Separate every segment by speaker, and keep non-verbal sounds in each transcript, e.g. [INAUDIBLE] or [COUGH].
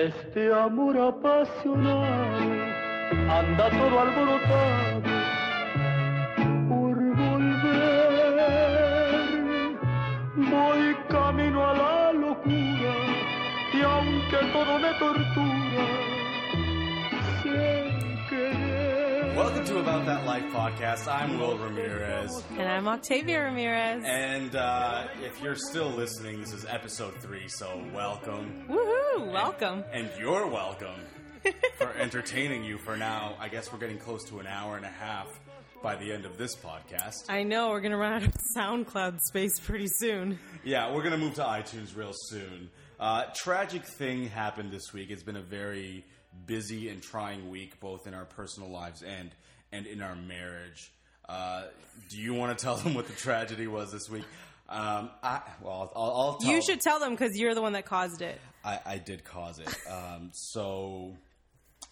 Speaker 1: Este amor apasionado anda todo alborotado por volver. Voy camino a la locura y aunque todo me tortura, sé querer.
Speaker 2: Welcome to About That Life podcast. I'm Will Ramirez.
Speaker 3: And I'm Octavia Ramirez.
Speaker 2: And uh, if you're still listening, this is episode three, so welcome.
Speaker 3: Woohoo! Welcome.
Speaker 2: And you're welcome for entertaining you for now. I guess we're getting close to an hour and a half by the end of this podcast.
Speaker 3: I know we're gonna run out of SoundCloud space pretty soon.
Speaker 2: Yeah, we're going to move to iTunes real soon. Uh, tragic thing happened this week. It's been a very busy and trying week, both in our personal lives and, and in our marriage. Uh, do you want to tell them what the tragedy was this week? Um, I, well, I'll, I'll tell
Speaker 3: You should tell them because you're the one that caused it.
Speaker 2: I, I did cause it. Um, so,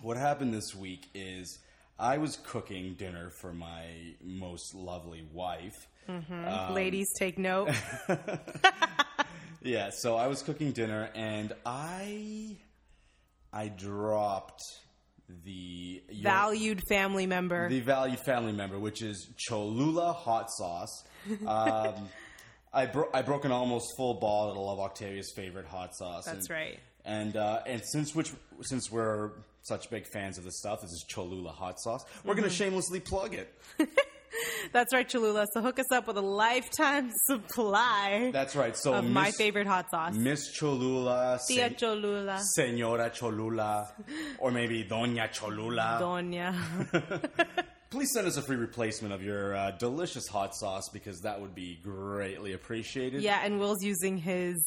Speaker 2: what happened this week is I was cooking dinner for my most lovely wife.
Speaker 3: Hmm.
Speaker 2: Um,
Speaker 3: Ladies, take
Speaker 2: [LAUGHS]
Speaker 3: note.
Speaker 2: Yeah, so I was cooking dinner and I I dropped the your-
Speaker 3: Valued family member.
Speaker 2: the valued family member, which is Cholula hot
Speaker 3: [LAUGHS]
Speaker 2: sauce. Um, I bro- I broke an almost full bottle of Octavia's favorite hot sauce.
Speaker 3: That's
Speaker 2: and-
Speaker 3: right.
Speaker 2: And uh, and since which since we're such big fans of this stuff, this is Cholula hot sauce. We're
Speaker 3: Mm-hmm.
Speaker 2: gonna shamelessly plug it.
Speaker 3: That's right, Cholula. So hook us up with a lifetime [LAUGHS] supply
Speaker 2: That's right. So
Speaker 3: of my
Speaker 2: Miss-
Speaker 3: favorite hot sauce.
Speaker 2: Miss Cholula,
Speaker 3: Tia
Speaker 2: Sen-
Speaker 3: Cholula.
Speaker 2: Senora Cholula, or maybe Doña Cholula. [LAUGHS]
Speaker 3: Doña.
Speaker 2: Please send us a free replacement of your uh, delicious hot sauce because that would be greatly appreciated.
Speaker 3: yeah, and Will's using his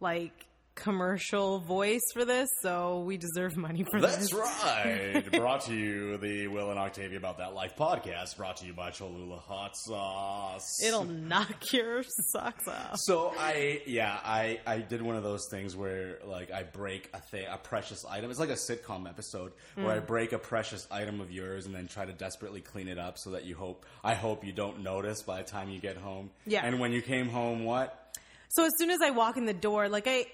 Speaker 3: like commercial voice for this, so we deserve money for
Speaker 2: That's
Speaker 3: this.
Speaker 2: right. brought to you the Will and Octavia About That Life podcast, brought to you by Cholula Hot Sauce.
Speaker 3: It'll knock your socks off.
Speaker 2: So I yeah I I did one of those things where like I break a thing a precious item. It's like a sitcom episode where
Speaker 3: Mm.
Speaker 2: I break a precious item of yours and then try to desperately clean it up so that you hope I hope you don't notice by the time you get home.
Speaker 3: Yeah.
Speaker 2: And when you came home, what?
Speaker 3: So as soon as I walk in the door, like I,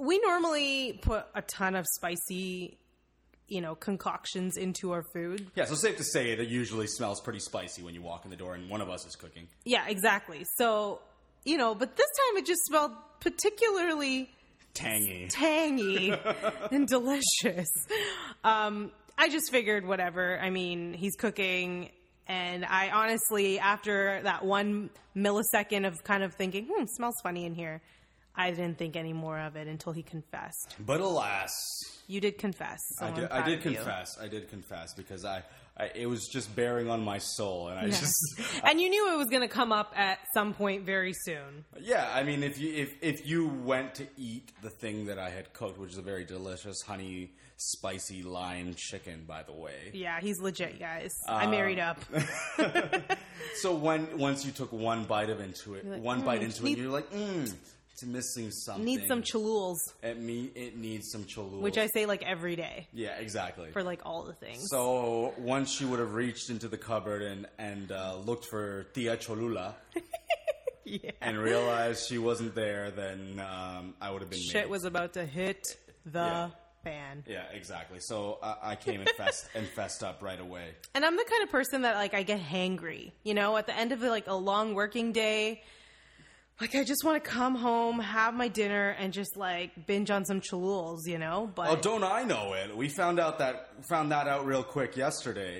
Speaker 3: we normally put a ton of spicy, you know, concoctions into our food.
Speaker 2: Yeah. So safe to say it usually smells pretty spicy when you walk in the door and one of us is cooking.
Speaker 3: Yeah, exactly. So, you know, but this time it just smelled particularly
Speaker 2: Tangy.
Speaker 3: [LAUGHS] tangy and delicious. Um, I just figured, whatever. I mean, he's cooking. And I honestly, after that one millisecond of kind of thinking, hmm, smells funny in here, I didn't think any more of it until he confessed.
Speaker 2: But alas,
Speaker 3: You did confess. so
Speaker 2: I
Speaker 3: I'm
Speaker 2: did, I
Speaker 3: proud
Speaker 2: did
Speaker 3: of you. [LAUGHS]
Speaker 2: confess. I did confess because I, I it was just bearing on my soul and I
Speaker 3: Yeah.
Speaker 2: just
Speaker 3: And you knew it was going to come up at some point very soon.
Speaker 2: Yeah, I mean, if you if if you went to eat the thing that I had cooked, which is a very delicious honey spicy lime chicken, by the way.
Speaker 3: Yeah, he's legit, guys. I
Speaker 2: Uh,
Speaker 3: married up.
Speaker 2: [LAUGHS] So when once you took one bite of into it,
Speaker 3: like,
Speaker 2: one bite into
Speaker 3: need-
Speaker 2: it, you're like, mm, it's missing something.
Speaker 3: Need some chululs,
Speaker 2: It me it needs some chalul.
Speaker 3: which I say like every day
Speaker 2: yeah exactly.
Speaker 3: for like all the things.
Speaker 2: So once she would have reached into the cupboard and and uh, looked for Tia
Speaker 3: [LAUGHS]
Speaker 2: Cholula
Speaker 3: [LAUGHS] yeah.
Speaker 2: and realized she wasn't there, then um, I would have been
Speaker 3: Shit
Speaker 2: made.
Speaker 3: was about to hit the
Speaker 2: Yeah.
Speaker 3: fan.
Speaker 2: Yeah, exactly. So I I came and
Speaker 3: [LAUGHS]
Speaker 2: fessed, and fessed up right away.
Speaker 3: And I'm the kind of person that like I get hangry, you know, at the end of like a long working day. Like I just want to come home, have my dinner, and just like binge on some chululs, you know. But
Speaker 2: Oh, don't I know it? We found out that found that out real quick
Speaker 3: [LAUGHS]
Speaker 2: yesterday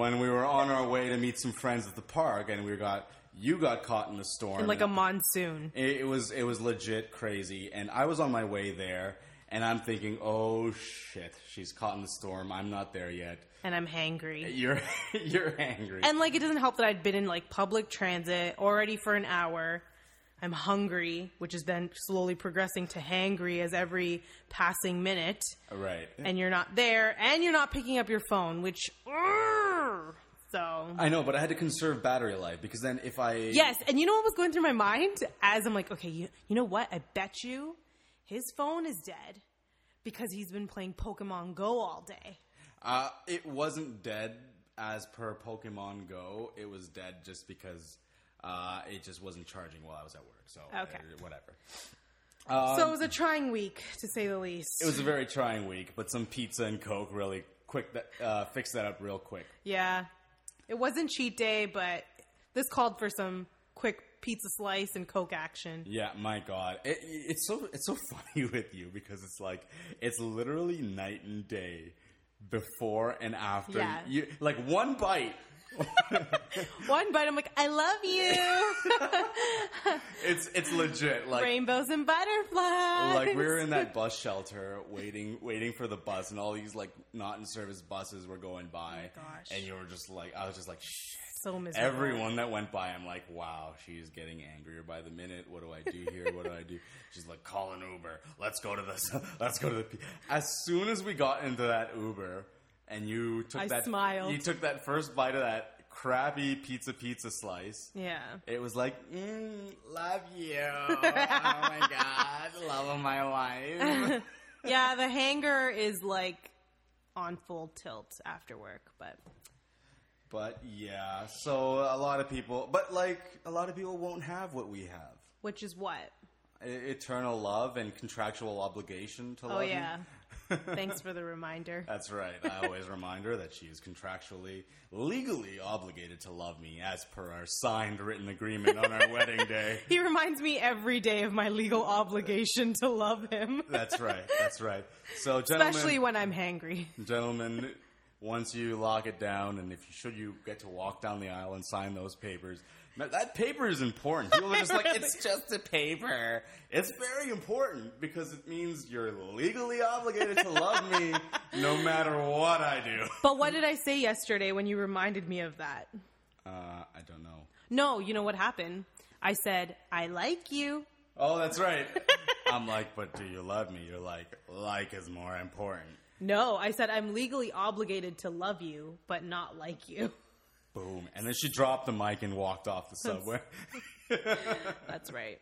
Speaker 2: when we were on our way to meet some friends at the park, and we got you got caught in the storm.
Speaker 3: like a
Speaker 2: and
Speaker 3: monsoon.
Speaker 2: it, it was it was legit crazy, and I was on my way there, and I'm thinking, oh shit, she's caught in the storm. I'm not there yet.
Speaker 3: and I'm hangry.
Speaker 2: You're [LAUGHS] you're angry.
Speaker 3: And like, it doesn't help that I'd been in like public transit already for an hour. I'm hungry, which has been slowly progressing to hangry as every passing minute.
Speaker 2: right.
Speaker 3: And you're not there, and you're not picking up your phone, which. urgh. so.
Speaker 2: I know, but I had to conserve battery life because then if I
Speaker 3: Yes, and you know what was going through my mind as I'm like, okay, you, you know what? I bet you his phone is dead because he's been playing Pokemon Go all day.
Speaker 2: Uh, it wasn't dead as per Pokemon Go. It was dead just because uh, it just wasn't charging while I was at work. So uh,
Speaker 3: Okay.
Speaker 2: whatever.
Speaker 3: so it was a trying week, to say the least.
Speaker 2: It was a very trying week, but some pizza and Coke really quick that, uh, fixed that up real quick.
Speaker 3: yeah. It wasn't cheat day, but this called for some quick pizza slice and Coke action.
Speaker 2: Yeah, my God, it, it's so it's so [LAUGHS] funny with you because it's like it's literally night and day before and after.
Speaker 3: Yeah.
Speaker 2: You, like one bite,
Speaker 3: One bite, I'm like, I love
Speaker 2: [LAUGHS]
Speaker 3: you.
Speaker 2: it's it's legit. Like
Speaker 3: Rainbows and butterflies.
Speaker 2: like we were in that bus shelter waiting waiting for the bus and all these like not in service buses were going by
Speaker 3: Oh gosh.
Speaker 2: and you were just like I was just like shit.
Speaker 3: so miserable.
Speaker 2: Everyone that went by, I'm like, wow, she's getting angrier by the minute. What do I do here? What do I do? She's like, call an Uber. Let's go to the. [LAUGHS] Let's go to the. P-" As soon as we got into that Uber, and you took
Speaker 3: I
Speaker 2: that,
Speaker 3: smiled.
Speaker 2: you took that first bite of that crappy pizza pizza slice.
Speaker 3: Yeah.
Speaker 2: It was like, mm, love
Speaker 3: [LAUGHS]
Speaker 2: you. oh my god, love of my
Speaker 3: [LAUGHS]
Speaker 2: life.
Speaker 3: Yeah, the hanger is like on full tilt after work, but
Speaker 2: but yeah, so a lot of people, but like a lot of people won't have what we have.
Speaker 3: which is what?
Speaker 2: E- eternal love and contractual obligation to
Speaker 3: Oh
Speaker 2: love you.
Speaker 3: yeah.
Speaker 2: [LAUGHS]
Speaker 3: Thanks for the reminder.
Speaker 2: That's right. I
Speaker 3: [LAUGHS]
Speaker 2: always remind her that she is contractually, legally obligated to love me as per our signed written agreement on our wedding
Speaker 3: [LAUGHS]
Speaker 2: day.
Speaker 3: He reminds me every day of my legal obligation to love him,
Speaker 2: That's right. That's right. So, gentlemen,
Speaker 3: especially when I'm hangry.
Speaker 2: gentlemen, once you lock it down, and if you should, you get to walk down the aisle and sign those papers. Now, that paper is important. People are just [LAUGHS] like, it's just a paper. It's very important because it means you're legally obligated to love me no matter what I do.
Speaker 3: But what did I say yesterday when you reminded me of that?
Speaker 2: Uh, I don't know.
Speaker 3: No, you know what happened? I said, I like you.
Speaker 2: Oh, that's right. I'm like, but do you love me? You're like, like is more important.
Speaker 3: No, I said, I'm legally obligated to love you, but not like you.
Speaker 2: Boom. And then she dropped the mic and walked off the subway.
Speaker 3: [LAUGHS] That's right.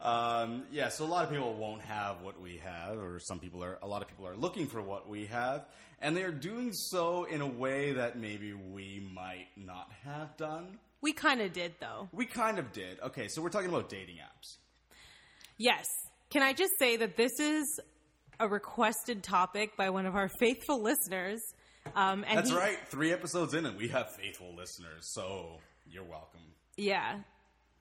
Speaker 2: Um, yeah, so a lot of people won't have what we have, or some people are, a lot of people are looking for what we have, and they are doing so in a way that maybe we might not have done.
Speaker 3: We kind of did, though.
Speaker 2: We kind of did. Okay, so we're talking about dating apps.
Speaker 3: Yes. Can I just say that this is a requested topic by one of our [LAUGHS] faithful listeners? Um, and
Speaker 2: That's
Speaker 3: he-
Speaker 2: right, three episodes in, and we have faithful listeners, so you're welcome.
Speaker 3: Yeah.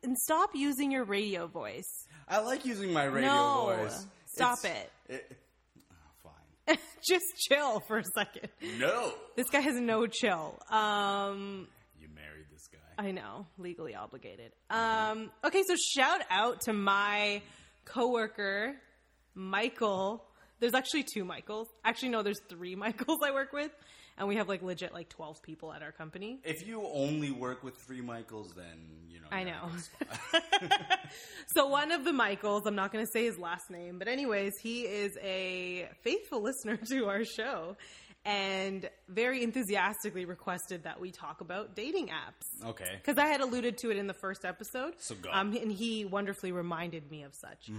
Speaker 3: And stop using your radio voice. [LAUGHS]
Speaker 2: I like using my radio
Speaker 3: No,
Speaker 2: voice.
Speaker 3: stop
Speaker 2: it oh,
Speaker 3: [LAUGHS]
Speaker 2: fine.
Speaker 3: Just chill for a second.
Speaker 2: no,
Speaker 3: This guy has no chill. Um,
Speaker 2: you married this guy.
Speaker 3: I know, legally obligated. Um, okay, so shout out to my coworker, Michael. There's actually two Michaels. Actually, no, there's three [LAUGHS] Michaels I work with, and we have like legit like 12 people at our company.
Speaker 2: If you only work with three Michaels, then you know.
Speaker 3: I
Speaker 2: you're in a
Speaker 3: know.
Speaker 2: good
Speaker 3: [LAUGHS]
Speaker 2: spot.
Speaker 3: So one of the Michaels, I'm not going to say his last name, but anyways, he is a faithful [LAUGHS] listener to our show and very enthusiastically requested that we talk about dating apps.
Speaker 2: Okay.
Speaker 3: Because I had alluded to it in the first episode.
Speaker 2: So go. Mm-hmm.
Speaker 3: Um, and he wonderfully reminded me of such.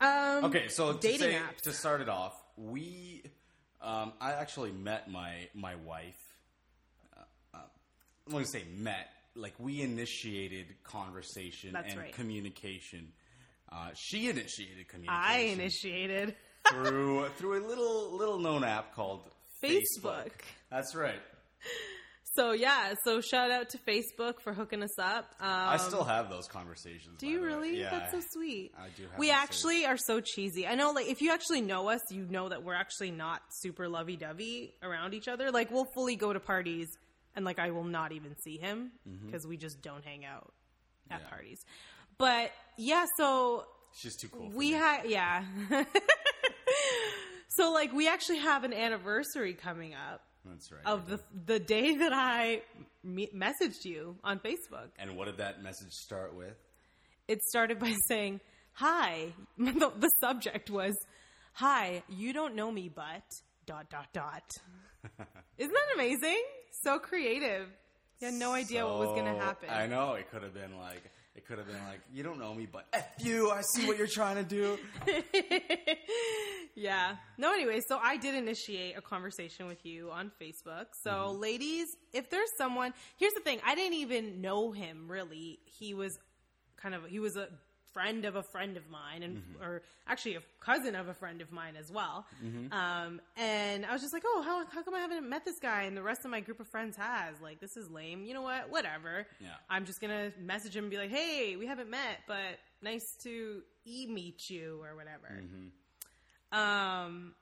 Speaker 3: Um,
Speaker 2: Okay, so to,
Speaker 3: dating
Speaker 2: say,
Speaker 3: apps.
Speaker 2: to start it off, we um, I actually met my my wife. Uh, uh, I'm going to say met. Like we initiated conversation
Speaker 3: That's
Speaker 2: and
Speaker 3: right.
Speaker 2: communication. Uh, she initiated communication.
Speaker 3: I initiated [LAUGHS]
Speaker 2: through through a little little known app called
Speaker 3: Facebook.
Speaker 2: That's right.
Speaker 3: So yeah, so shout out to Facebook for hooking us up. Um,
Speaker 2: I still have those conversations.
Speaker 3: Do you really?
Speaker 2: Yeah.
Speaker 3: That's so sweet.
Speaker 2: I do have
Speaker 3: we
Speaker 2: to say-
Speaker 3: actually are so cheesy. I know, like, if you actually know us, you know that we're actually not super lovey dovey around each other. Like, we'll fully go to parties, and like, I will not even see him because we just don't hang out at
Speaker 2: Mm-hmm. Yeah.
Speaker 3: parties. But yeah, so
Speaker 2: She's too cool. for
Speaker 3: we
Speaker 2: me.
Speaker 3: had, yeah. [LAUGHS] so like, we actually have an anniversary coming up
Speaker 2: That's right.
Speaker 3: of the the day that I me- messaged you on Facebook.
Speaker 2: and what did that message start with?
Speaker 3: it started by [LAUGHS] saying, "Hi." [LAUGHS] The, the subject was, "Hi, you don't know me, but [LAUGHS] dot dot dot."
Speaker 2: [LAUGHS]
Speaker 3: Isn't that amazing? So creative. You had no idea what was going
Speaker 2: So,
Speaker 3: to happen.
Speaker 2: I know it could have been like it could have been like you don't know me, but f you. I see what you're trying to
Speaker 3: [LAUGHS]
Speaker 2: do.
Speaker 3: yeah. No, anyway, so I did initiate a conversation with you on Facebook. So, ladies, if there's someone, here's the thing I didn't even know him really. He was kind of, he was a friend of a friend of mine, and or actually a cousin of a friend of mine as well. Um, and I was just like, oh, how how come I haven't met this guy, and the rest of my group of friends has? Like, this is lame. You know what? Whatever.
Speaker 2: Yeah.
Speaker 3: I'm just gonna message him and be like, hey, we haven't met, but nice to e meet you or whatever. Um,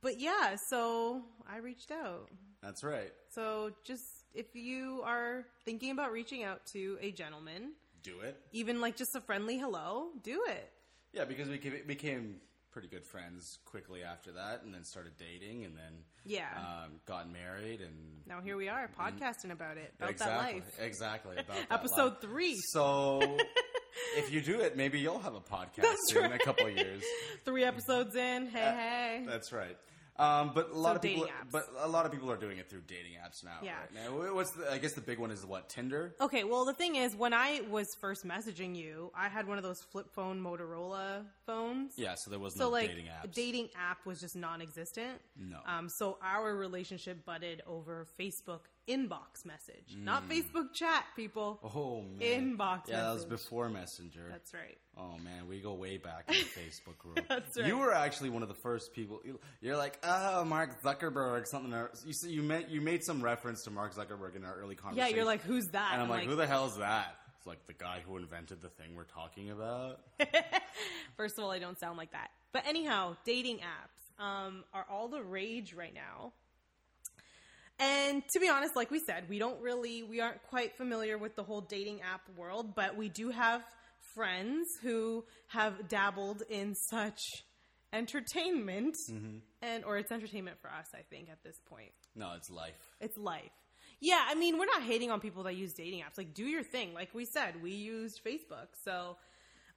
Speaker 3: but yeah, so I reached out.
Speaker 2: That's right.
Speaker 3: So just if you are thinking about reaching out to a gentleman,
Speaker 2: Do it.
Speaker 3: even like just a friendly hello, do it.
Speaker 2: Yeah, because we ca- became pretty good friends quickly after that, and then started dating, and then
Speaker 3: Yeah.
Speaker 2: um, got married, and
Speaker 3: Now here we are podcasting about it, about
Speaker 2: exactly,
Speaker 3: that life.
Speaker 2: exactly
Speaker 3: [LAUGHS]
Speaker 2: about that
Speaker 3: Episode
Speaker 2: life.
Speaker 3: three.
Speaker 2: So if you do it, maybe you'll
Speaker 3: [LAUGHS]
Speaker 2: have a podcast
Speaker 3: That's
Speaker 2: in a
Speaker 3: right.
Speaker 2: couple of years.
Speaker 3: Three episodes in. Hey, hey.
Speaker 2: That's right. Um, but a lot
Speaker 3: So
Speaker 2: of people,
Speaker 3: dating apps.
Speaker 2: but a lot of people are doing it through dating apps now.
Speaker 3: Yeah. Oh.
Speaker 2: Right now, what's the, I guess the big one is what Tinder.
Speaker 3: Okay, well the thing is, when I was first messaging you, I had one of those flip phone Motorola phones.
Speaker 2: Yeah, so there was
Speaker 3: So
Speaker 2: no
Speaker 3: like
Speaker 2: dating apps.
Speaker 3: dating app was just non-existent.
Speaker 2: No.
Speaker 3: Um, so our relationship budded over Facebook inbox message, not Facebook chat, people.
Speaker 2: Mm. oh man,
Speaker 3: Inbox
Speaker 2: Yeah, that was
Speaker 3: message.
Speaker 2: before Messenger.
Speaker 3: That's right.
Speaker 2: Oh man, we go way back in the Facebook
Speaker 3: [LAUGHS]
Speaker 2: group.
Speaker 3: That's right.
Speaker 2: You were actually one of the first people. you- You're like, oh, Mark Zuckerberg, something. Or, you see, you made you made some reference to Mark Zuckerberg in our early
Speaker 3: Yeah,
Speaker 2: conversation.
Speaker 3: you're like, who's that?
Speaker 2: and I'm like,
Speaker 3: like,
Speaker 2: who the hell is that? It's like the guy who invented the thing we're talking
Speaker 3: [LAUGHS]
Speaker 2: about.
Speaker 3: First of all, I don't sound like that. But anyhow, dating apps um, are all the rage right now. And to be honest, like we said, we don't really, we aren't quite familiar with the whole dating app world, but we do have friends who have dabbled in such entertainment, and or it's entertainment for us, I think, at this point.
Speaker 2: No, it's life.
Speaker 3: It's life. Yeah, I mean, we're not hating on people that use dating apps. Like, do your thing. Like we said, we used Facebook. So,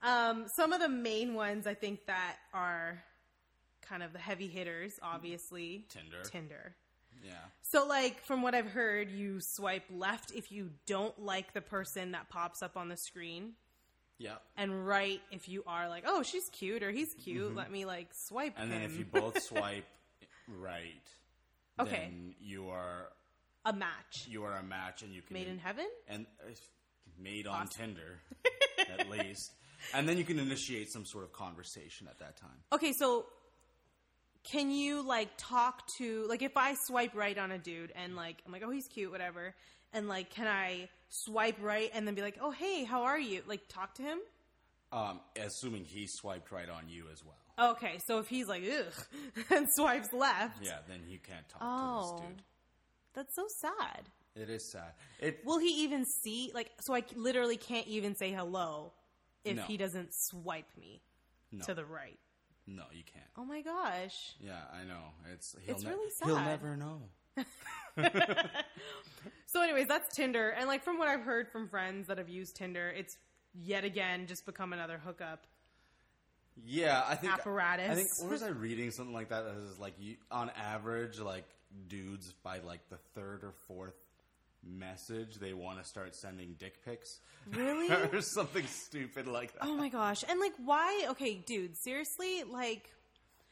Speaker 3: um, some of the main ones I think that are kind of the heavy hitters, obviously
Speaker 2: Tinder.
Speaker 3: Tinder.
Speaker 2: Yeah.
Speaker 3: So, like, from what I've heard, you swipe left if you don't like the person that pops up on the screen,
Speaker 2: Yeah.
Speaker 3: and right if you are like, oh, she's cute or he's cute. Let me like swipe.
Speaker 2: Mm-hmm. And then
Speaker 3: him.
Speaker 2: if you
Speaker 3: [LAUGHS]
Speaker 2: both swipe right,
Speaker 3: Okay.
Speaker 2: then you are
Speaker 3: a match
Speaker 2: you are a match, and you can
Speaker 3: made in heaven.
Speaker 2: and it's made on
Speaker 3: Awesome. [LAUGHS]
Speaker 2: Tinder at least. And then you can initiate some sort of conversation at that time.
Speaker 3: Okay, so can you like talk to like if I swipe right on a dude and like I'm like, oh he's cute, whatever, and like can I swipe right and then be like, oh hey, how are you? Like talk to him.
Speaker 2: Um, assuming he swiped right on you as well.
Speaker 3: Okay, so if he's like ugh [LAUGHS] and swipes left,
Speaker 2: Yeah, then you can't talk
Speaker 3: Oh.
Speaker 2: to this
Speaker 3: that's so sad.
Speaker 2: dude. It is sad. It
Speaker 3: Will he even see? Like, so I literally can't even say hello if
Speaker 2: No.
Speaker 3: he doesn't swipe me
Speaker 2: no,
Speaker 3: to the right.
Speaker 2: no, you can't.
Speaker 3: Oh my gosh.
Speaker 2: Yeah, I know. It's he'll
Speaker 3: It's
Speaker 2: ne-
Speaker 3: really
Speaker 2: He'll
Speaker 3: sad.
Speaker 2: never know.
Speaker 3: So, anyways, that's Tinder, and like from what I've heard from friends that have used Tinder, it's yet again just become another hookup.
Speaker 2: Yeah, I think
Speaker 3: Apparatus.
Speaker 2: I think or
Speaker 3: [LAUGHS]
Speaker 2: was I reading something like that? That is like you, on average, like dudes by like the third or fourth message, they want to start sending dick pics
Speaker 3: Really?
Speaker 2: [LAUGHS] or something stupid like that.
Speaker 3: oh my gosh! And like, why? Okay, dude, seriously, like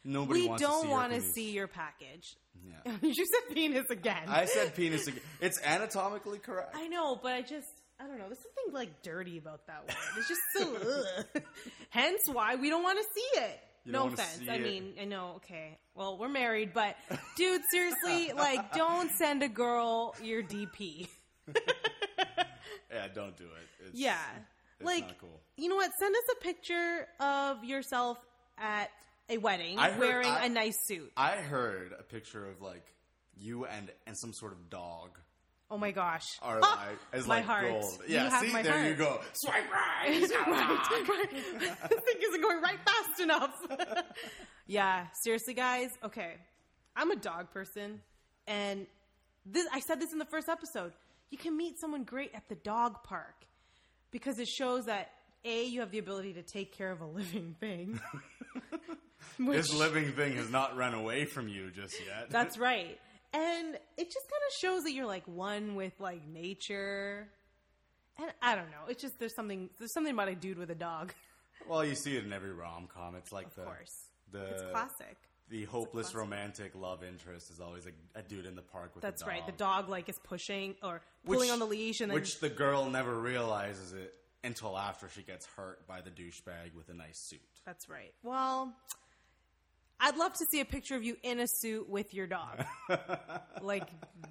Speaker 2: Nobody
Speaker 3: we
Speaker 2: wants
Speaker 3: don't
Speaker 2: to see
Speaker 3: want
Speaker 2: your
Speaker 3: to
Speaker 2: penis.
Speaker 3: see your package. [LAUGHS]
Speaker 2: Yeah.
Speaker 3: you said penis again.
Speaker 2: I said penis. Again. It's anatomically correct.
Speaker 3: I know, but I just I don't know. There's something like dirty about that word. It's just
Speaker 2: [LAUGHS]
Speaker 3: so. ugh. Hence why we don't want to see it.
Speaker 2: You
Speaker 3: no
Speaker 2: don't wanna
Speaker 3: offense.
Speaker 2: see
Speaker 3: I
Speaker 2: it.
Speaker 3: mean, I know. Okay, well, we're married, but
Speaker 2: [LAUGHS]
Speaker 3: dude, seriously, like, don't send a girl your DP.
Speaker 2: yeah, don't do it. It's,
Speaker 3: Yeah.
Speaker 2: it's
Speaker 3: like,
Speaker 2: not cool.
Speaker 3: you know what? Send us a picture of yourself at a wedding
Speaker 2: I heard-
Speaker 3: wearing a
Speaker 2: I-
Speaker 3: nice suit.
Speaker 2: I heard a picture of like you and and some sort of dog
Speaker 3: oh my gosh.
Speaker 2: are
Speaker 3: Ah,
Speaker 2: like as
Speaker 3: my
Speaker 2: like
Speaker 3: heart.
Speaker 2: gold.
Speaker 3: You
Speaker 2: Yeah,
Speaker 3: have
Speaker 2: see,
Speaker 3: my
Speaker 2: there
Speaker 3: heart.
Speaker 2: you go. Swipe right.
Speaker 3: Right,
Speaker 2: swipe right.
Speaker 3: right. [LAUGHS] this thing isn't going right fast enough. [LAUGHS] yeah, seriously, guys. Okay, I'm a dog person, and this I said this in the first episode. You can meet someone great at the dog park because it shows that a you have the ability to take care of a living [LAUGHS] thing. Which-
Speaker 2: This living thing has not run away from you just yet.
Speaker 3: That's right. And it just kind of shows that you're like one with like nature. And I don't know. It's just there's something there's something about a dude with a dog.
Speaker 2: well, you see it in every rom com. It's like
Speaker 3: Of
Speaker 2: the
Speaker 3: course.
Speaker 2: the
Speaker 3: it's classic.
Speaker 2: the hopeless romantic love interest is always a, a dude in the park with. a
Speaker 3: That's right. The
Speaker 2: dog.
Speaker 3: dog like is pushing or pulling on the leash and then
Speaker 2: which the girl never realizes it until after she gets hurt by the douchebag with a nice suit.
Speaker 3: That's right. Well, I'd love to see a picture of you in a suit with your dog. like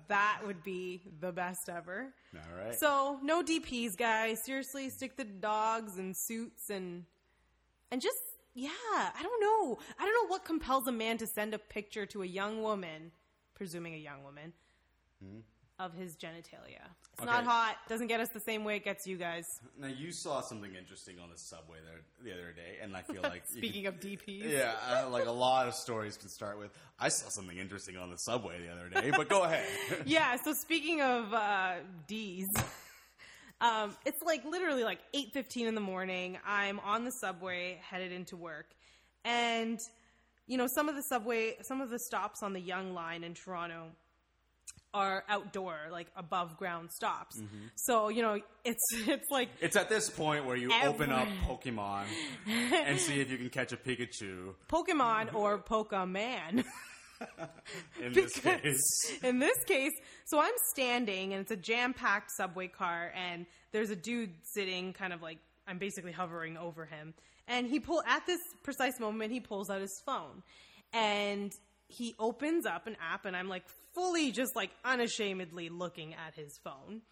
Speaker 3: that would be the best ever.
Speaker 2: All right.
Speaker 3: So no DPs, guys. Seriously, stick the dogs and suits and and just yeah. I don't know. I don't know what compels a man to send a picture to a young woman, presuming a young woman, of his genitalia. It's
Speaker 2: Hmm?
Speaker 3: not
Speaker 2: Okay.
Speaker 3: hot. Doesn't get us the same way it gets you guys.
Speaker 2: now you saw something interesting on the subway there the other day, and I
Speaker 3: [LAUGHS]
Speaker 2: feel like you
Speaker 3: Speaking
Speaker 2: could-
Speaker 3: of DPs,
Speaker 2: Yeah, I, like a lot of stories can start with I saw something interesting on the subway the other day, but go
Speaker 3: [LAUGHS]
Speaker 2: ahead.
Speaker 3: yeah. So speaking of uh, D's, [LAUGHS] um, it's like literally like eight fifteen in the morning. I'm on the subway headed into work, and you know some of the subway, some of the stops on the Young Line in Toronto are outdoor, like above ground stops. So you know it's [LAUGHS] it's like
Speaker 2: It's at this point where you open up
Speaker 3: Every-
Speaker 2: Pokemon and see if you can catch a Pikachu
Speaker 3: Pokemon or [LAUGHS] Pokemon.
Speaker 2: in this
Speaker 3: Because-
Speaker 2: case.
Speaker 3: [LAUGHS] in this case, so I'm standing and it's a jam packed subway car, and there's a dude sitting kind of like I'm basically hovering over him. And he pull at this precise moment, he pulls out his phone and he opens up an app, and I'm like fully just like unashamedly looking at his phone.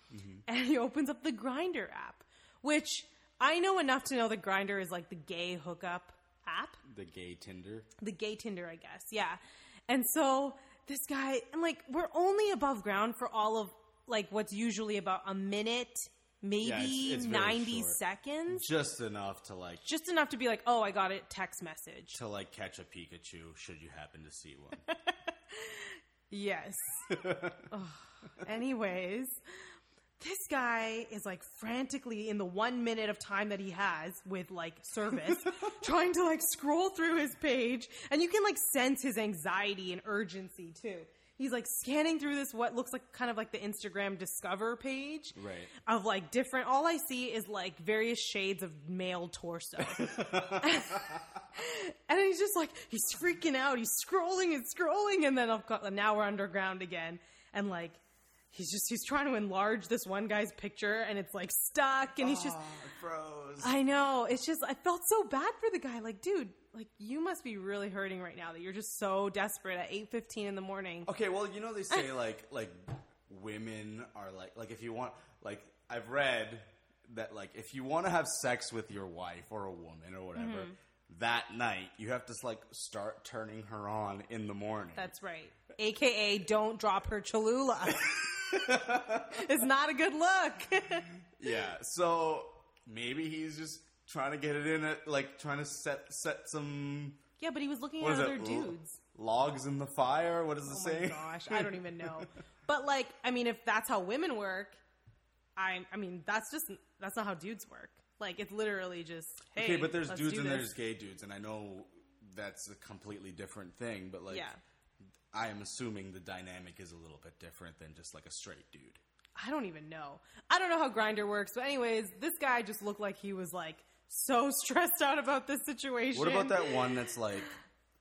Speaker 3: And he opens up the Grinder app, which I know enough to know that Grinder is like the gay hookup app
Speaker 2: [LAUGHS] The gay Tinder.
Speaker 3: the gay Tinder, I guess. Yeah. And so this guy, and like, we're only above ground for all of like what's usually about a minute, maybe
Speaker 2: Yeah, it's- it's very
Speaker 3: 90
Speaker 2: short.
Speaker 3: seconds.
Speaker 2: Just enough to like
Speaker 3: Just enough to be like, oh, I got a text message.
Speaker 2: to like catch a Pikachu should you happen to see one.
Speaker 3: Yes. Ugh. Anyways, this guy is like frantically in the one minute of time that he has with like service, trying to like scroll through his page, and you can like sense his anxiety and urgency too. He's like scanning through this what looks like kind of like the Instagram Discover page,
Speaker 2: Right.
Speaker 3: Of like different. All I see is like various shades of male torso. And then he's just like, he's freaking out. He's scrolling and scrolling. And then I've got, now we're underground again. And like, he's just, he's trying to enlarge this one guy's picture and it's like stuck. And he's [LAUGHS] just,
Speaker 2: froze.
Speaker 3: I know. It's just, I felt so bad for the guy. Like, dude, like you must be really hurting right now that you're just so desperate at 8.15 in the morning.
Speaker 2: Okay, well, you know they say like like women are like like if you want like I've read that like if you want to have sex with your wife or a woman or whatever
Speaker 3: Mm-hmm.
Speaker 2: that night you have to like start turning her on in the morning.
Speaker 3: That's right. AKA don't drop
Speaker 2: [LAUGHS]
Speaker 3: her Cholula. it's not a good
Speaker 2: Mm-hmm.
Speaker 3: look.
Speaker 2: yeah. So maybe he's just trying to get it in at like trying to set set some
Speaker 3: [LAUGHS] yeah, but he was looking
Speaker 2: what
Speaker 3: at
Speaker 2: is
Speaker 3: other
Speaker 2: it
Speaker 3: dudes.
Speaker 2: logs in the fire. What does it
Speaker 3: Oh
Speaker 2: say?
Speaker 3: my gosh, I don't even know. But like, I mean, if that's how women work, I I mean, that's just that's not how dudes work. Like, it's literally just
Speaker 2: [LAUGHS]
Speaker 3: hey.
Speaker 2: okay, but there's
Speaker 3: let's
Speaker 2: dudes
Speaker 3: do
Speaker 2: and
Speaker 3: this.
Speaker 2: there's gay dudes, and I know that's a completely different thing. But like,
Speaker 3: Yeah.
Speaker 2: I am assuming the dynamic is a little bit different than just like a straight dude.
Speaker 3: I don't even know. I don't know how grinder works, but anyways, this guy just looked like he was like so [LAUGHS] stressed out about this situation.
Speaker 2: What about that one that's like,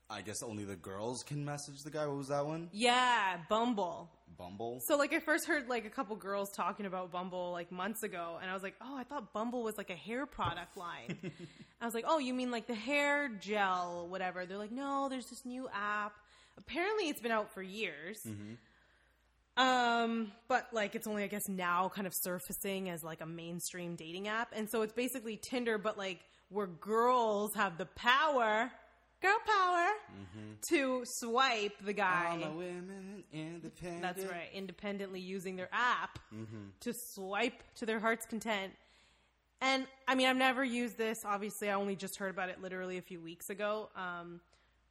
Speaker 2: I guess only the girls can message the guy? What was that one?
Speaker 3: Yeah, Bumble.
Speaker 2: Bumble.
Speaker 3: So like I first heard like a couple girls talking about Bumble like months ago, and I was like, oh, I thought Bumble was like a hair product line. I was like, oh, you mean like the hair gel, whatever? They're like, no, there's this new app. Apparently, it's been out for years. Um, but like it's only I guess now kind of surfacing as like a mainstream dating app, and so it's basically Tinder, but like where girls have the power, girl power, to swipe the guy.
Speaker 2: All the women independent.
Speaker 3: That's right. Independently using their app
Speaker 2: Mm-hmm.
Speaker 3: to swipe to their heart's content. And I mean, I've never used this. Obviously, I only just heard about it literally a few weeks ago. Um,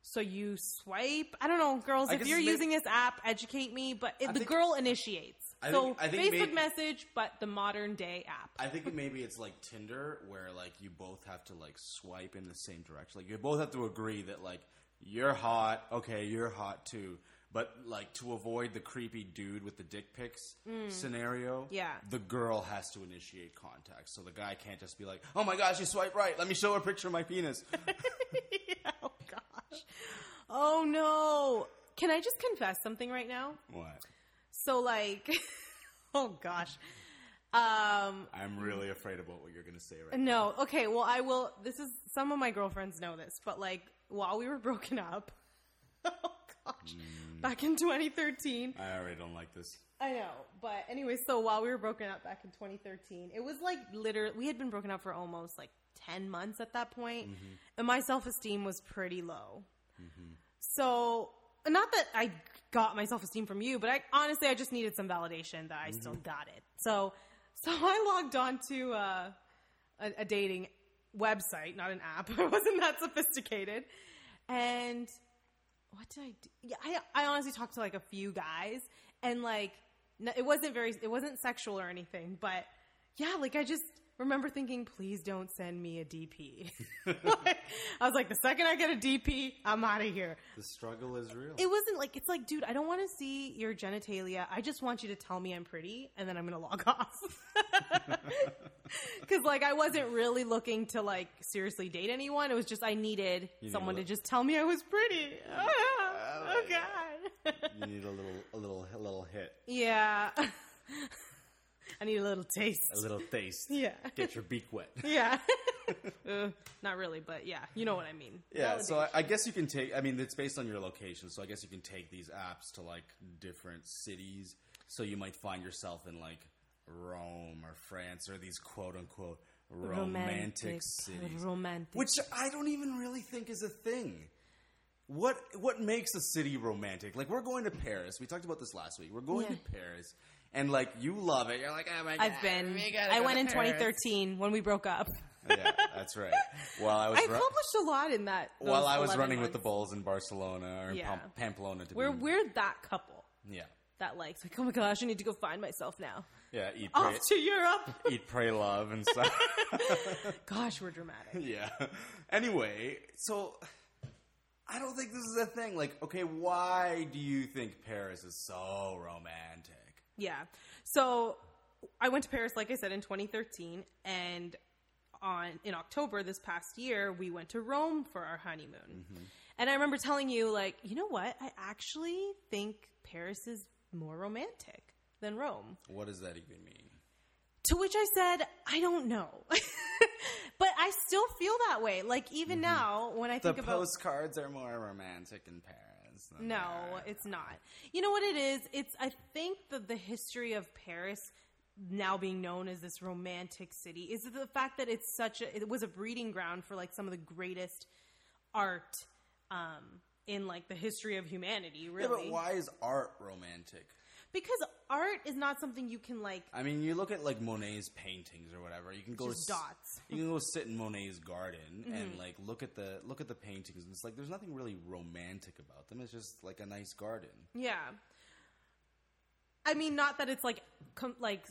Speaker 3: so you swipe. I don't know, girls.
Speaker 2: I
Speaker 3: if
Speaker 2: guess
Speaker 3: you're
Speaker 2: it's may-
Speaker 3: using this app, educate me. But it, the
Speaker 2: think-
Speaker 3: girl initiates.
Speaker 2: I
Speaker 3: so
Speaker 2: think- I think
Speaker 3: Facebook
Speaker 2: may-
Speaker 3: message, but the modern day app.
Speaker 2: I [LAUGHS] think maybe it's like Tinder, where like you both have to like swipe in the same direction. Like you both have to agree that like you're hot, okay, you're hot too. But like to avoid the creepy dude with the dick pics scenario,
Speaker 3: Mm. Yeah.
Speaker 2: the girl has to initiate contact. So the guy can't just be like, "Oh my gosh, you swipe right. Let me show her a picture of my [LAUGHS] penis."
Speaker 3: oh gosh. Oh no. Can I [LAUGHS] just confess something right now?
Speaker 2: what?
Speaker 3: So like, oh gosh, Um,
Speaker 2: I'm really afraid about what you're going to say right now.
Speaker 3: no, okay, well, I will. This is some of my girlfriends know this, but like while we were broken up, [LAUGHS] oh gosh,
Speaker 2: Mm.
Speaker 3: back in 2013,
Speaker 2: I already don't like this.
Speaker 3: I know, but anyway, so while we were broken up back in 2013, it was like literally we had been broken up for almost like 10 months at that point, and my self-esteem was pretty low. So, not that I got my self-esteem from you, but I honestly I just needed some validation that I still got it. So, so I logged on to uh, a, a dating website, not an app. [LAUGHS] I wasn't that sophisticated, and what did I do? Yeah, I, I honestly talked to like a few guys, and like no, it wasn't very, it wasn't sexual or anything, but yeah, like I just remember thinking, please don't send me a DP. [LAUGHS] like, I was like, the second I get a DP, I'm out of here.
Speaker 2: The struggle is real.
Speaker 3: It wasn't like it's like, dude, I don't want to see your genitalia. I just want you to tell me I'm pretty, and then I'm gonna log [LAUGHS] off.
Speaker 2: [LAUGHS]
Speaker 3: Because like I wasn't really looking to like seriously date anyone. It was just I needed
Speaker 2: need a
Speaker 3: someone to
Speaker 2: little-
Speaker 3: just tell me I was pretty.
Speaker 2: [LAUGHS]
Speaker 3: Ah, oh
Speaker 2: my
Speaker 3: god. [LAUGHS]
Speaker 2: you need a little, a little, a little hit,
Speaker 3: yeah. [LAUGHS] I need a little taste.
Speaker 2: a little taste.
Speaker 3: Yeah.
Speaker 2: Get your beak wet.
Speaker 3: Yeah. [LAUGHS] Uh, not really, but yeah, you know what I mean.
Speaker 2: Yeah, so I, I guess you can take. I mean, it's based on your location, so I guess you can take these apps to like different cities. So you might find yourself in like Rome or France or these quote unquote romantic, cities,
Speaker 3: romantic.
Speaker 2: which I don't even really think is a thing. What what makes a city romantic? Like we're going to Paris. We talked about this last week. We're going
Speaker 3: Yeah.
Speaker 2: to Paris, and like you love it. You're like, oh my god,
Speaker 3: I've been.
Speaker 2: we gotta
Speaker 3: I
Speaker 2: go
Speaker 3: went
Speaker 2: to
Speaker 3: in
Speaker 2: Paris."
Speaker 3: 2013 when we broke up.
Speaker 2: yeah, that's right. While I was
Speaker 3: [LAUGHS] I
Speaker 2: ru-
Speaker 3: accomplished a lot in that. those
Speaker 2: while I was
Speaker 3: 11
Speaker 2: running with the
Speaker 3: months.
Speaker 2: Bulls in Barcelona or in
Speaker 3: Yeah.
Speaker 2: Pam- Pamplona, to
Speaker 3: We're
Speaker 2: be
Speaker 3: we're that couple
Speaker 2: yeah,
Speaker 3: that likes like, oh my gosh, I need to go find myself now.
Speaker 2: yeah, eat,
Speaker 3: Off
Speaker 2: pray,
Speaker 3: to Europe. [LAUGHS]
Speaker 2: eat, pray, love, and stuff.
Speaker 3: Gosh, we're dramatic.
Speaker 2: [LAUGHS] yeah. Anyway, so I don't think this is a thing. Like, okay, why do you think Paris is so romantic?
Speaker 3: Yeah. So I went to Paris, like I said, in 2013, and on in October this past year, we went to Rome for our honeymoon.
Speaker 2: Mm-hmm.
Speaker 3: And I remember telling you, like, you know what? I actually think Paris is more romantic than Rome.
Speaker 2: What does that even mean?
Speaker 3: To which I said, I don't know. [LAUGHS] but I still feel that way. Like even now when I
Speaker 2: Mm-hmm. The
Speaker 3: think about
Speaker 2: postcards are more romantic in Paris. than they
Speaker 3: No,
Speaker 2: are-
Speaker 3: it's not. You know what it is? It's I think that the history of Paris now being known as this romantic city is the fact that it's such a it was a breeding ground for like some of the greatest art um in like the history of humanity,
Speaker 2: Yeah,
Speaker 3: really.
Speaker 2: but why is art romantic?
Speaker 3: Because art is not something you can like
Speaker 2: I mean, you look at like Monet's paintings or whatever. You can go
Speaker 3: Just
Speaker 2: s-
Speaker 3: dots.
Speaker 2: You can go sit in Monet's garden
Speaker 3: Mm-hmm.
Speaker 2: and like look at the look at the paintings, and it's like there's nothing really romantic about them. It's just like a nice garden.
Speaker 3: Yeah. I mean, not that it's like com- like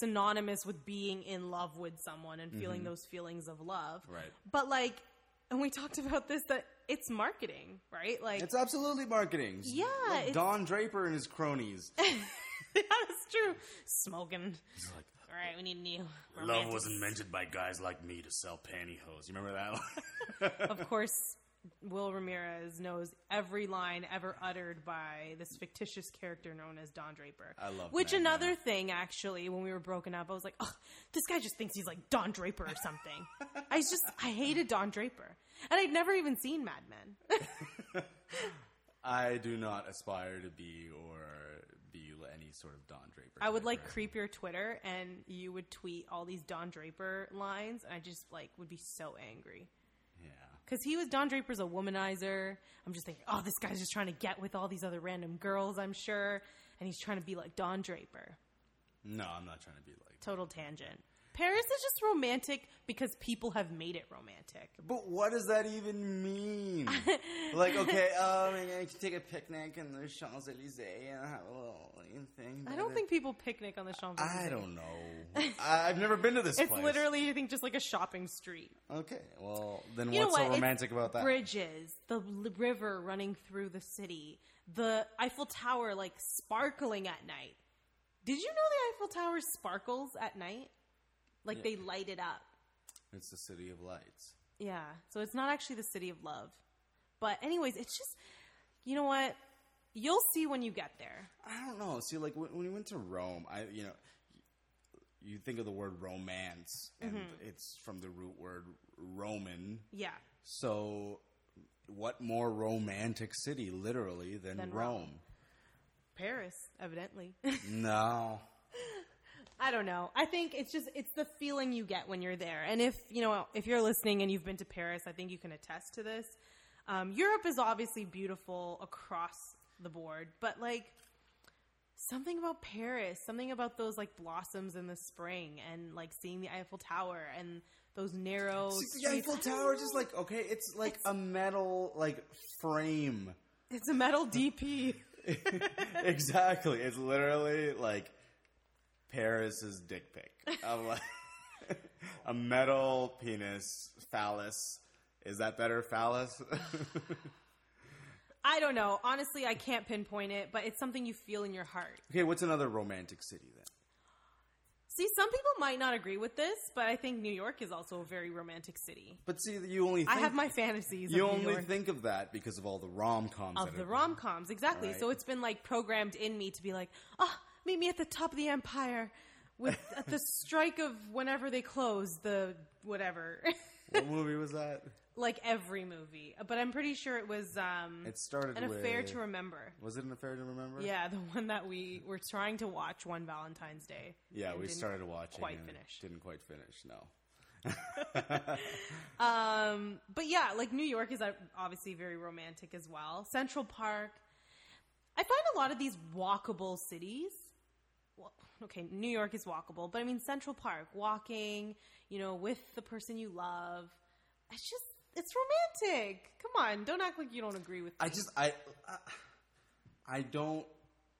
Speaker 3: synonymous with being in love with someone and feeling those feelings of love,
Speaker 2: Mm-hmm. Right.
Speaker 3: But like, and we talked about this that it's marketing, right? Like,
Speaker 2: It's absolutely marketing. It's
Speaker 3: Yeah,
Speaker 2: like
Speaker 3: it's- [LAUGHS]
Speaker 2: Don Draper and his cronies.
Speaker 3: that's true. Smoking.
Speaker 2: It's like,
Speaker 3: All right, we need new.
Speaker 2: Love
Speaker 3: romantic-
Speaker 2: wasn't invented by guys like me to sell pantyhose. You remember [LAUGHS] that?
Speaker 3: of course. Will Ramirez knows every line ever uttered by this fictitious character known as Don Draper.
Speaker 2: I love
Speaker 3: Which
Speaker 2: Mad Men.
Speaker 3: another thing, actually, when we were broken up, I was like, oh, this guy just thinks he's like Don Draper or
Speaker 2: [LAUGHS]
Speaker 3: something. I just, I hated Don Draper. And I'd never even seen Mad Men.
Speaker 2: I do not aspire to be or be any sort of Don Draper.
Speaker 3: I would
Speaker 2: type,
Speaker 3: like
Speaker 2: right?
Speaker 3: creep your Twitter and you would tweet all these Don Draper lines. And I just like would be so angry.
Speaker 2: Yeah.
Speaker 3: Because he was Don Draper's a womanizer. I'm just thinking, oh, this guy's just trying to get with all these other random girls, I'm sure. And he's trying to be like Don Draper.
Speaker 2: No, I'm not trying to be like.
Speaker 3: Total tangent. Paris is just romantic because people have made it romantic.
Speaker 2: But what does that even
Speaker 3: [LAUGHS]
Speaker 2: mean? like, okay, um, and I can take a picnic in the Champs Elysees and have a little thing.
Speaker 3: I don't think people picnic on the Champs.
Speaker 2: I don't know. I, I've never been to this
Speaker 3: It's
Speaker 2: place.
Speaker 3: literally, I think, just like a shopping street.
Speaker 2: okay. Well, then
Speaker 3: You know
Speaker 2: what's
Speaker 3: what?
Speaker 2: so
Speaker 3: It's
Speaker 2: romantic about that?
Speaker 3: Bridges, the l- river running through the city, the Eiffel Tower like sparkling at night. Did you know the Eiffel Tower sparkles at night? Like they light it up.
Speaker 2: It's the city of lights.
Speaker 3: Yeah. So it's not actually the city of love. But anyways, it's just you know what? You'll see when you get there.
Speaker 2: I don't know. See, like when, when we went to Rome, I you know, you think of the word romance, and
Speaker 3: Mm-hmm.
Speaker 2: it's from the root word Roman.
Speaker 3: Yeah.
Speaker 2: So, what more romantic city, literally, than,
Speaker 3: Than
Speaker 2: Rome?
Speaker 3: Rome. Paris, evidently.
Speaker 2: No.
Speaker 3: [LAUGHS] I don't know. I think it's just it's the feeling you get when you're there. And if you know if you're listening and you've been to Paris, I think you can attest to this. Um, Europe is obviously beautiful across the board, but like something about Paris, something about those like blossoms in the spring, and like seeing the Eiffel Tower and those narrow
Speaker 2: See, the
Speaker 3: streets.
Speaker 2: Eiffel Tower is just like okay, it's like a metal like frame. [LAUGHS]
Speaker 3: It's a metal DP.
Speaker 2: exactly. It's literally like Paris's dick pic. I'm like, [LAUGHS] a metal penis phallus. Is that better, phallus? [LAUGHS]
Speaker 3: I don't know. Honestly, I can't pinpoint it, but it's something you feel in your heart.
Speaker 2: okay, what's another romantic city then?
Speaker 3: See, some people might not agree with this, but I think New York is also a very romantic city.
Speaker 2: But see, you only think,
Speaker 3: I have my fantasies.
Speaker 2: you
Speaker 3: of New
Speaker 2: only
Speaker 3: York.
Speaker 2: think of that because of all the rom coms.
Speaker 3: of the rom coms, exactly.
Speaker 2: Right.
Speaker 3: So it's been like programmed in me to be like, oh, meet me at the top of the empire
Speaker 2: [LAUGHS]
Speaker 3: with at the strike of whenever they close the whatever, [LAUGHS]
Speaker 2: What movie was that?
Speaker 3: like every movie. But I'm pretty sure it was um,
Speaker 2: It started
Speaker 3: an affair
Speaker 2: with-
Speaker 3: to remember.
Speaker 2: Was it an affair to remember?
Speaker 3: Yeah, the one that we were trying to watch one Valentine's Day.
Speaker 2: Yeah,
Speaker 3: and
Speaker 2: we
Speaker 3: didn't
Speaker 2: started watching.
Speaker 3: Quite
Speaker 2: and
Speaker 3: finished.
Speaker 2: Didn't quite finish. No.
Speaker 3: [LAUGHS] Um, But yeah, like New York is uh, obviously very romantic as well. Central Park. I find a lot of these walkable cities. Well, okay, New York is walkable, but I mean Central Park, walking, you know, with the person you love. It's just it's romantic. Come on, don't act like you don't agree with me.
Speaker 2: I just I I- I don't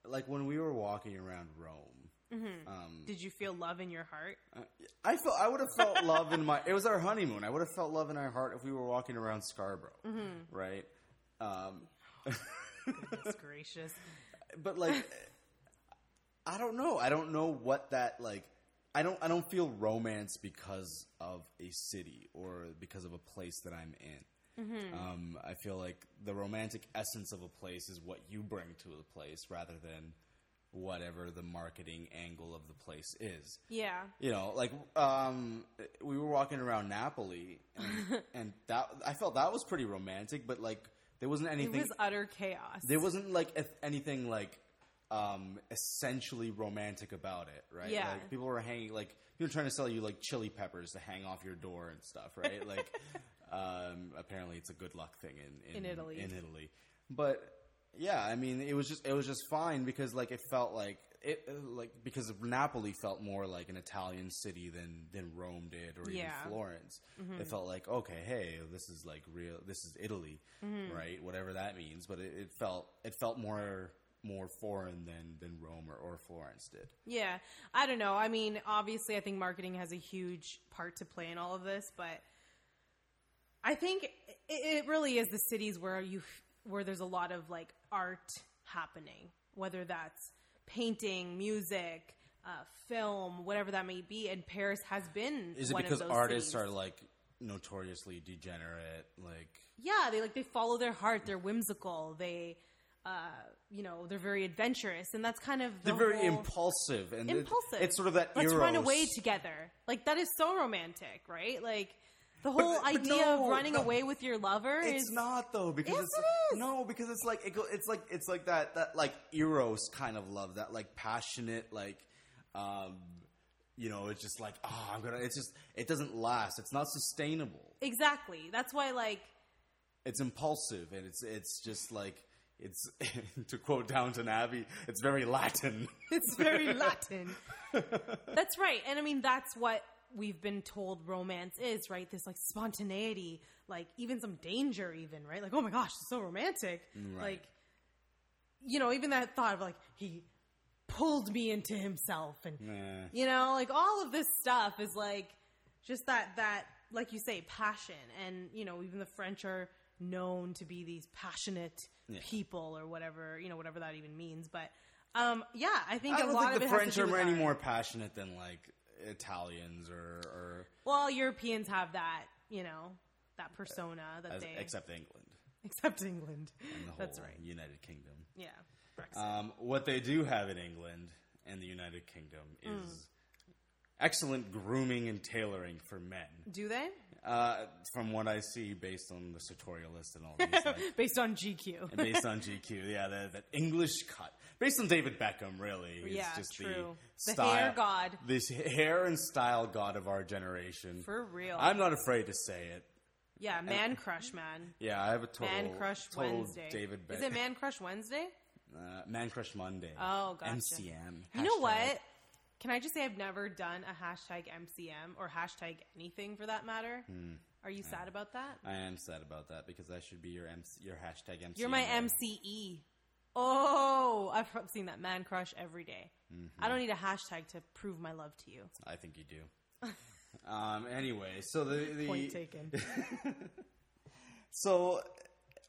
Speaker 2: like when we were walking around Rome.
Speaker 3: Mm-hmm.
Speaker 2: um,
Speaker 3: Did you feel love in your
Speaker 2: [LAUGHS]
Speaker 3: heart?
Speaker 2: I felt I would have
Speaker 3: [LAUGHS]
Speaker 2: felt love in my. It was our honeymoon. I would have felt love in our heart if we were walking around Scarborough,
Speaker 3: Mm-hmm.
Speaker 2: right? Um,
Speaker 3: Goodness gracious.
Speaker 2: but like, I don't know. I don't know what that like. I don't. I don't feel romance because of a city or because of a place that I'm in.
Speaker 3: Mm-hmm.
Speaker 2: Um, I feel like the romantic essence of a place is what you bring to a place rather than whatever the marketing angle of the place is
Speaker 3: Yeah.
Speaker 2: you know, like um, we were walking around Napoli,
Speaker 3: [LAUGHS]
Speaker 2: and, and that I felt that was pretty romantic, but like there wasn't
Speaker 3: It
Speaker 2: anything.
Speaker 3: was utter chaos.
Speaker 2: there wasn't like eth- anything like um, essentially romantic about it, right?
Speaker 3: Yeah.
Speaker 2: Like, people were hanging like people were trying to sell you like chili peppers to hang off your door and stuff, right?
Speaker 3: [LAUGHS]
Speaker 2: like um, apparently it's a good luck thing in, in
Speaker 3: In Italy.
Speaker 2: In Italy, but yeah, I mean it was just it was just fine because like it felt like it like because Napoli felt more like an Italian city than than Rome did or
Speaker 3: Yeah. Hmm.
Speaker 2: even Florence.
Speaker 3: Mm-hmm.
Speaker 2: It felt like okay, hey, this is like real. This is Italy,
Speaker 3: Mm-hmm. Mm.
Speaker 2: right? Whatever that means, but it, it felt it felt more more foreign than than Rome or, or Florence did.
Speaker 3: Yeah, I don't know. I mean, obviously, I think marketing has a huge part to play in all of this, but I think it, it really is the cities where you where there's a lot of like art happening, whether that's painting, music, uh, film, whatever that may be. And Paris has been
Speaker 2: Is it
Speaker 3: one
Speaker 2: because
Speaker 3: of those
Speaker 2: artists
Speaker 3: cities.
Speaker 2: are like notoriously degenerate? Like
Speaker 3: yeah they like they follow their heart they're whimsical they uh, you know they're very adventurous and that's kind of the
Speaker 2: they're very
Speaker 3: whole-
Speaker 2: impulsive and it-
Speaker 3: impulsive.
Speaker 2: it's sort of that.
Speaker 3: Let's run
Speaker 2: Eros.
Speaker 3: away together. Like that is so romantic, right? Like the whole
Speaker 2: but
Speaker 3: idea
Speaker 2: no,
Speaker 3: of running
Speaker 2: no.
Speaker 3: away with your lover
Speaker 2: It's
Speaker 3: is
Speaker 2: not though because
Speaker 3: Yes,
Speaker 2: it's
Speaker 3: it is.
Speaker 2: no because it's like it go, it's like it's like that that like eros kind of love that like passionate like um you know it's just like oh I'm gonna it's just it doesn't last it's not sustainable
Speaker 3: exactly. That's
Speaker 2: [LAUGHS]
Speaker 3: why, like,
Speaker 2: it's impulsive and it's it's just like it's [LAUGHS] to quote Downton Abbey it's very Latin
Speaker 3: it's very Latin. [LAUGHS] that's right, and I mean that's what we've been told romance is, right? This like spontaneity, like even some danger, even right? Like, oh my gosh, it's so romantic. Like, you know, even that thought of like he pulled me into himself and
Speaker 2: Nah.
Speaker 3: you know like all of this stuff is like just that that like you say passion and you know even the french are known to be these passionate
Speaker 2: Yeah.
Speaker 3: people or whatever you know whatever that even means but um yeah i think
Speaker 2: I
Speaker 3: a
Speaker 2: don't think
Speaker 3: lot of
Speaker 2: the
Speaker 3: it has
Speaker 2: French
Speaker 3: to do
Speaker 2: are
Speaker 3: with
Speaker 2: any
Speaker 3: art.
Speaker 2: more passionate than like Italians or or
Speaker 3: well europeans have that you know that persona that
Speaker 2: as,
Speaker 3: they
Speaker 2: except England
Speaker 3: [LAUGHS] except england
Speaker 2: and the whole
Speaker 3: that's right
Speaker 2: United Kingdom
Speaker 3: yeah Brexit. Hmm.
Speaker 2: Um, what they do have in England and the United Kingdom is excellent grooming and tailoring for men,
Speaker 3: Do they?
Speaker 2: uh, from what I see based on the sartorial list and all these
Speaker 3: [LAUGHS]
Speaker 2: things.
Speaker 3: Based on GQ.
Speaker 2: And based on GQ, yeah, that, that English cut. Based on David Beckham, really. He's
Speaker 3: Yeah,
Speaker 2: just
Speaker 3: true.
Speaker 2: The,
Speaker 3: The
Speaker 2: style,
Speaker 3: hair god.
Speaker 2: This hair and style god of our generation.
Speaker 3: For real.
Speaker 2: I'm not afraid to say it.
Speaker 3: yeah, Man Crush Man.
Speaker 2: Yeah, I have a total,
Speaker 3: Man Crush
Speaker 2: total
Speaker 3: Wednesday.
Speaker 2: Oh, David
Speaker 3: Is it
Speaker 2: Beckham.
Speaker 3: Man Crush Wednesday?
Speaker 2: uh, Man Crush Monday.
Speaker 3: Oh, gotcha.
Speaker 2: MCM.
Speaker 3: You know
Speaker 2: Hashtag.
Speaker 3: what? Can I just say I've never done a hashtag MCM or hashtag anything for that matter?
Speaker 2: Hmm.
Speaker 3: Are you sad about that?
Speaker 2: I am sad about that because I should be your MC, your hashtag MC.
Speaker 3: You're my MCE. Oh, I've prob- seen that man crush every day.
Speaker 2: Mm-hmm.
Speaker 3: I don't need a hashtag to prove my love to you.
Speaker 2: I think you do. [LAUGHS] um, anyway, so the, the [LAUGHS]
Speaker 3: Point taken.
Speaker 2: So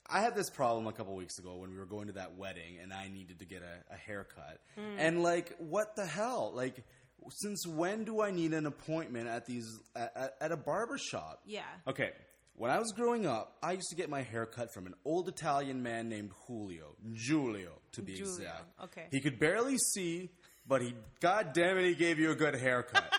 Speaker 2: I had this problem a couple weeks ago when we were going to that wedding and I needed to get a, a haircut.
Speaker 3: Hmm.
Speaker 2: And like, what the hell? Like, since when do I need an appointment at these at, at- at a barber shop?
Speaker 3: Yeah.
Speaker 2: Okay. When I was growing up, I used to get my hair cut from an old Italian man named Julio, Giulio to be
Speaker 3: Giulio,
Speaker 2: exact.
Speaker 3: okay.
Speaker 2: He could barely see, but he goddamn it, he gave you a good haircut.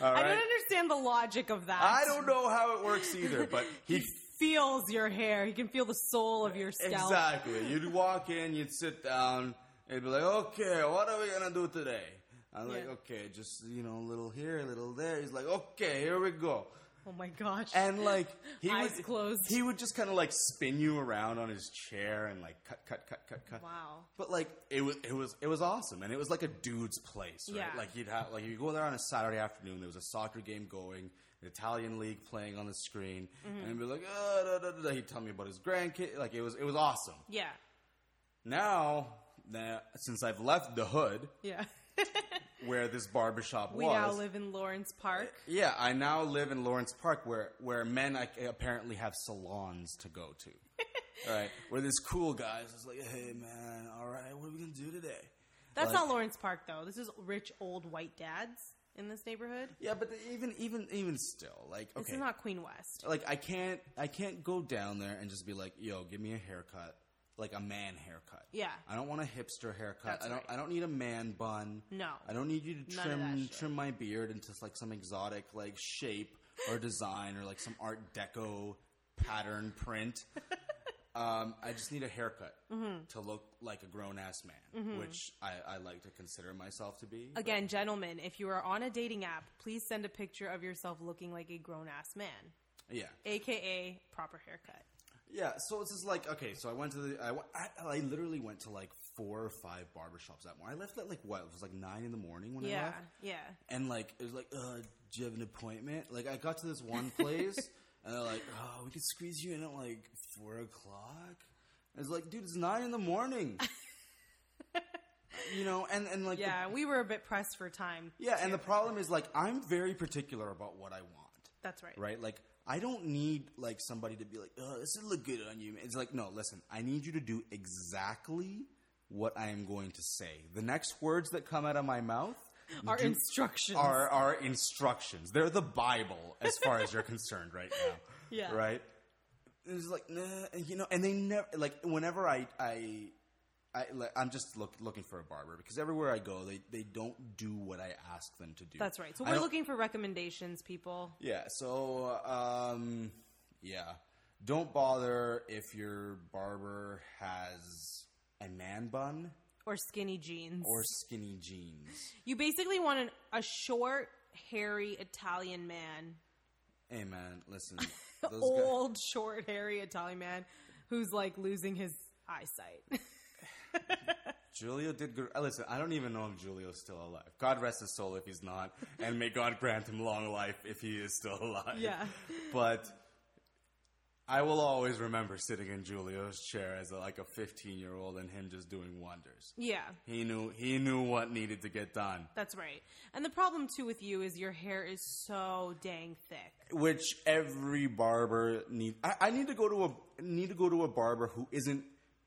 Speaker 2: All
Speaker 3: [LAUGHS] I
Speaker 2: right.
Speaker 3: don't understand the logic of that.
Speaker 2: I don't know how it works either, but
Speaker 3: [LAUGHS]
Speaker 2: he
Speaker 3: Feels your hair. He can feel the soul of your scalp.
Speaker 2: Exactly. You'd walk in, you'd sit down, it'd be like, okay, what are we gonna do today? I'm like,
Speaker 3: Yeah.
Speaker 2: okay, just you know, a little here, a little there. He's like, okay, here we go.
Speaker 3: Oh my gosh.
Speaker 2: And like he
Speaker 3: Eyes
Speaker 2: would,
Speaker 3: closed.
Speaker 2: he would just kind of like spin you around on his chair and like cut, cut, cut, cut, cut.
Speaker 3: wow.
Speaker 2: But like it was, it was, it was awesome, and it was like a dude's place, right?
Speaker 3: Yeah.
Speaker 2: Like you'd have, like you go there on a Saturday afternoon. There was a soccer game going, an Italian league playing on the screen,
Speaker 3: Mm-hmm.
Speaker 2: and it'd be like, uh da, da, da, da. he'd tell me about his grandkid. Like it was, it was awesome.
Speaker 3: Yeah.
Speaker 2: Now, now since I've left the hood [LAUGHS]
Speaker 3: Yeah. [LAUGHS]
Speaker 2: where this barbershop
Speaker 3: we
Speaker 2: was,
Speaker 3: now live in Lawrence Park.
Speaker 2: yeah, I now live in Lawrence Park where where men like, apparently have salons to go
Speaker 3: [LAUGHS]
Speaker 2: to. all right, where this cool guy's just like, hey man, all right, what are we gonna do today?
Speaker 3: That's
Speaker 2: Like-
Speaker 3: not Lawrence Park though. This is rich old white dads in this neighborhood.
Speaker 2: Yeah, but the- even even even still, like okay, Oh.
Speaker 3: This is not Queen West.
Speaker 2: like I can't I can't go down there and just be like, yo, give me a haircut, like a man haircut.
Speaker 3: Yeah.
Speaker 2: I don't want a hipster haircut.
Speaker 3: That's
Speaker 2: I don't
Speaker 3: right.
Speaker 2: I don't need a man bun.
Speaker 3: No.
Speaker 2: I don't need you to
Speaker 3: None of that
Speaker 2: trim
Speaker 3: shit.
Speaker 2: trim my beard into like some exotic like shape or design or like some art deco pattern
Speaker 3: [LAUGHS]
Speaker 2: print. Um, I just need a haircut
Speaker 3: Mm-hmm.
Speaker 2: to look like a grown ass man, which I, I like to consider myself to be.
Speaker 3: Again, gentlemen, if you are on a dating app, please send a picture of yourself looking like a grown ass man,
Speaker 2: Yeah.
Speaker 3: aka proper haircut.
Speaker 2: Yeah, so it's just like okay, so I went to the I, w- I- I literally went to like four or five barbershops that morning. I left at like what it was like nine in the morning when I
Speaker 3: Yeah,
Speaker 2: left,
Speaker 3: yeah.
Speaker 2: and like it was like, uh, do you have an appointment? Like I got to this one place and they're like, oh, we could squeeze you in at like four o'clock. I was like, dude, it's nine in the morning. you know, and and like the-
Speaker 3: Yeah, we were a bit pressed for time.
Speaker 2: yeah, and the problem is like I'm very particular about what I want
Speaker 3: That's right.
Speaker 2: right? Like, I don't need like somebody to be like, "Oh, this will look good on you." man." It's like, no, listen, I need you to do exactly what I am going to say. The next words that come out of my mouth
Speaker 3: Our
Speaker 2: do-
Speaker 3: instructions.
Speaker 2: are are instructions. They're the Bible as far as you're concerned right now.
Speaker 3: Yeah.
Speaker 2: Right. And It's like, nah, and, you know, and they never like whenever I I. I, like, I'm just look, looking for a barber because everywhere I go, they, they don't do what I ask them to do.
Speaker 3: That's right. So
Speaker 2: I
Speaker 3: we're
Speaker 2: don't-
Speaker 3: looking for recommendations, people.
Speaker 2: yeah. So, um, yeah. Don't bother if your barber has a man bun
Speaker 3: Or skinny jeans.
Speaker 2: or skinny jeans.
Speaker 3: you basically want an, a short, hairy Italian man,
Speaker 2: Hey, man,
Speaker 3: [LAUGHS]
Speaker 2: listen. Those guys,
Speaker 3: old, short, hairy Italian man who's like losing his eyesight. [LAUGHS]
Speaker 2: Julio did good. uh, Listen, I don't even know if Julio's still alive. God rest his soul if he's not, and may God grant him long life if he is still alive.
Speaker 3: Yeah.
Speaker 2: But I will always remember sitting in Julio's chair as a, like a 15 year old and him just doing wonders.
Speaker 3: yeah.
Speaker 2: He knew he knew what needed to get done.
Speaker 3: That's right. And the problem too with you is your hair is so dang thick.
Speaker 2: Which every barber need. I, I need to go to a need to go to a barber who isn't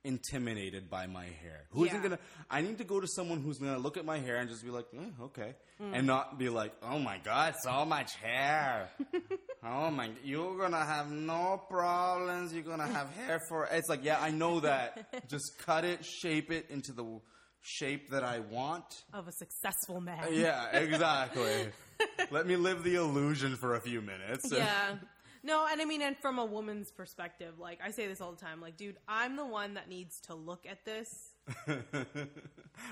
Speaker 2: intimidated by my hair. Who not
Speaker 3: Yeah.
Speaker 2: gonna? I need to go to someone who's gonna look at my hair and just be like, "Eh, okay,
Speaker 3: Hmm.
Speaker 2: and not be like, oh my god, so much
Speaker 3: [LAUGHS]
Speaker 2: hair. oh my, you're gonna have no problems.
Speaker 3: [LAUGHS]
Speaker 2: You're gonna have hair for. It's like, yeah, I know that. just cut it, shape it into the shape that I want.
Speaker 3: of a successful
Speaker 2: Uh,
Speaker 3: man.
Speaker 2: Yeah,
Speaker 3: [LAUGHS]
Speaker 2: exactly. Let me live the illusion for a few minutes.
Speaker 3: Yeah. No, and I mean, and from a woman's perspective, like I say this all the time, like, dude, I'm the one that needs to look at this
Speaker 2: [LAUGHS]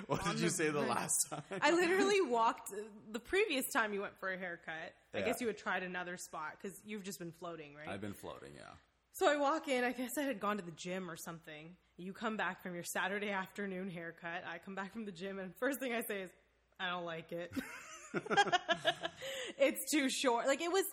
Speaker 2: what did you say the last time? [LAUGHS]
Speaker 3: I literally walked the previous time you went for a haircut. I
Speaker 2: Yeah.
Speaker 3: guess you had tried another spot because you've just been floating, right?
Speaker 2: I've been floating, yeah.
Speaker 3: so I walk in. I guess I had gone to the gym or something. You come back from your Saturday afternoon haircut. I come back from the gym, and first thing I say is, "I don't like it. it's too short." Like it was.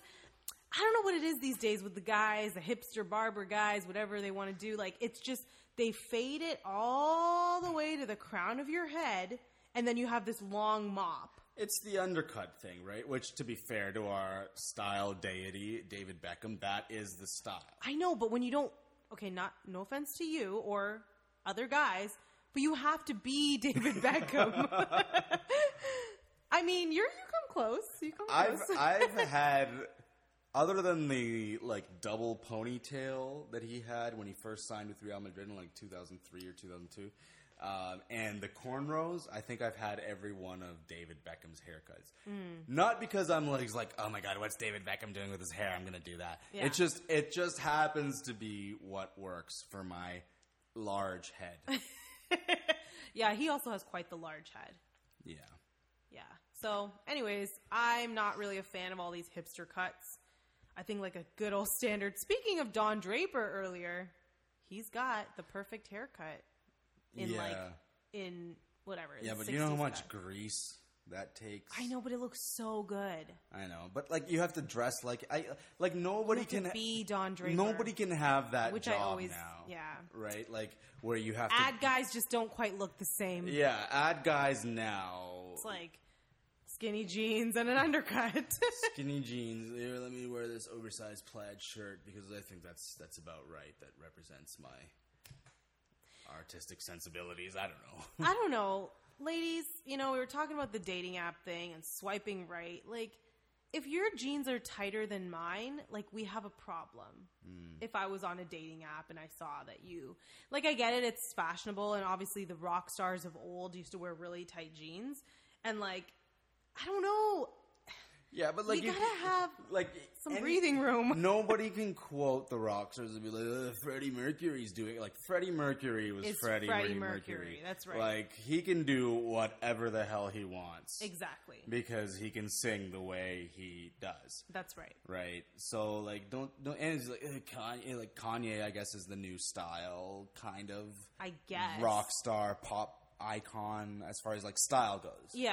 Speaker 3: I don't know what it is these days with the guys, the hipster barber guys, whatever they want to do. Like it's just they fade it all the way to the crown of your head, and then you have this long mop.
Speaker 2: It's the undercut thing, right? Which, to be fair to our style deity, David Beckham, that is the style.
Speaker 3: I know, but when you don't, okay, not no offense to you or other guys, but you have to be [LAUGHS] David Beckham. [LAUGHS] I mean, you're you come close. You come
Speaker 2: I've
Speaker 3: close. [LAUGHS]
Speaker 2: I've had other than the like double ponytail that he had when he first signed with Real Madrid in like 2003 or 2002, um, and the cornrows, I think I've had every one of David Beckham's haircuts.
Speaker 3: Hmm.
Speaker 2: Not because I'm like, it's like, oh my god, what's David Beckham doing with his hair? I'm gonna do that.
Speaker 3: Yeah.
Speaker 2: It just it just happens to be what works for my large head.
Speaker 3: [LAUGHS] yeah, he also has quite the large head.
Speaker 2: yeah.
Speaker 3: Yeah. So, anyways, I'm not really a fan of all these hipster cuts. I think like a good old standard. Speaking of Don Draper earlier, he's got the perfect haircut in like
Speaker 2: Yeah.
Speaker 3: in whatever.
Speaker 2: Yeah,
Speaker 3: the
Speaker 2: but you know how
Speaker 3: 60s
Speaker 2: much
Speaker 3: cut.
Speaker 2: grease that takes.
Speaker 3: I know, but it looks so good.
Speaker 2: I know, but like you have to dress like I like nobody
Speaker 3: to
Speaker 2: can
Speaker 3: be Don Draper.
Speaker 2: Nobody can have that
Speaker 3: Which I
Speaker 2: job
Speaker 3: always-
Speaker 2: now.
Speaker 3: yeah.
Speaker 2: right. Like where you have
Speaker 3: Ad
Speaker 2: to
Speaker 3: guys just don't quite look the same.
Speaker 2: yeah ad guys now.
Speaker 3: It's like [LAUGHS] skinny jeans and an undercut. [LAUGHS]
Speaker 2: skinny jeans. Here, let me wear this oversized plaid shirt because I think that's that's about right. That represents my artistic sensibilities. I don't [LAUGHS] know.
Speaker 3: I don't know, ladies. You know, we were talking about the dating app thing and swiping right. Like, if your jeans are tighter than mine, like we have a problem.
Speaker 2: Hmm.
Speaker 3: If I was on a dating app and I saw that you, like, I get it. It's fashionable, and obviously the rock stars of old used to wear really tight jeans, and like, I don't know.
Speaker 2: yeah, but like
Speaker 3: we gotta have
Speaker 2: like
Speaker 3: some
Speaker 2: any-
Speaker 3: breathing [LAUGHS] room.
Speaker 2: [LAUGHS] Nobody can quote the rockstars and be like, "Ugh, Freddie Mercury's doing it." Like Freddie Mercury was
Speaker 3: It's
Speaker 2: Freddie,
Speaker 3: Freddie
Speaker 2: Mercury.
Speaker 3: Mercury, that's right.
Speaker 2: Like he can do whatever the hell he wants
Speaker 3: Exactly.
Speaker 2: because he can sing the way he does.
Speaker 3: That's right.
Speaker 2: Right. So like don't don't and it's like "Ugh, Kanye eh, like Kanye I guess is the new style kind of
Speaker 3: I guess.
Speaker 2: rock star pop icon as far as like style goes.
Speaker 3: Yeah.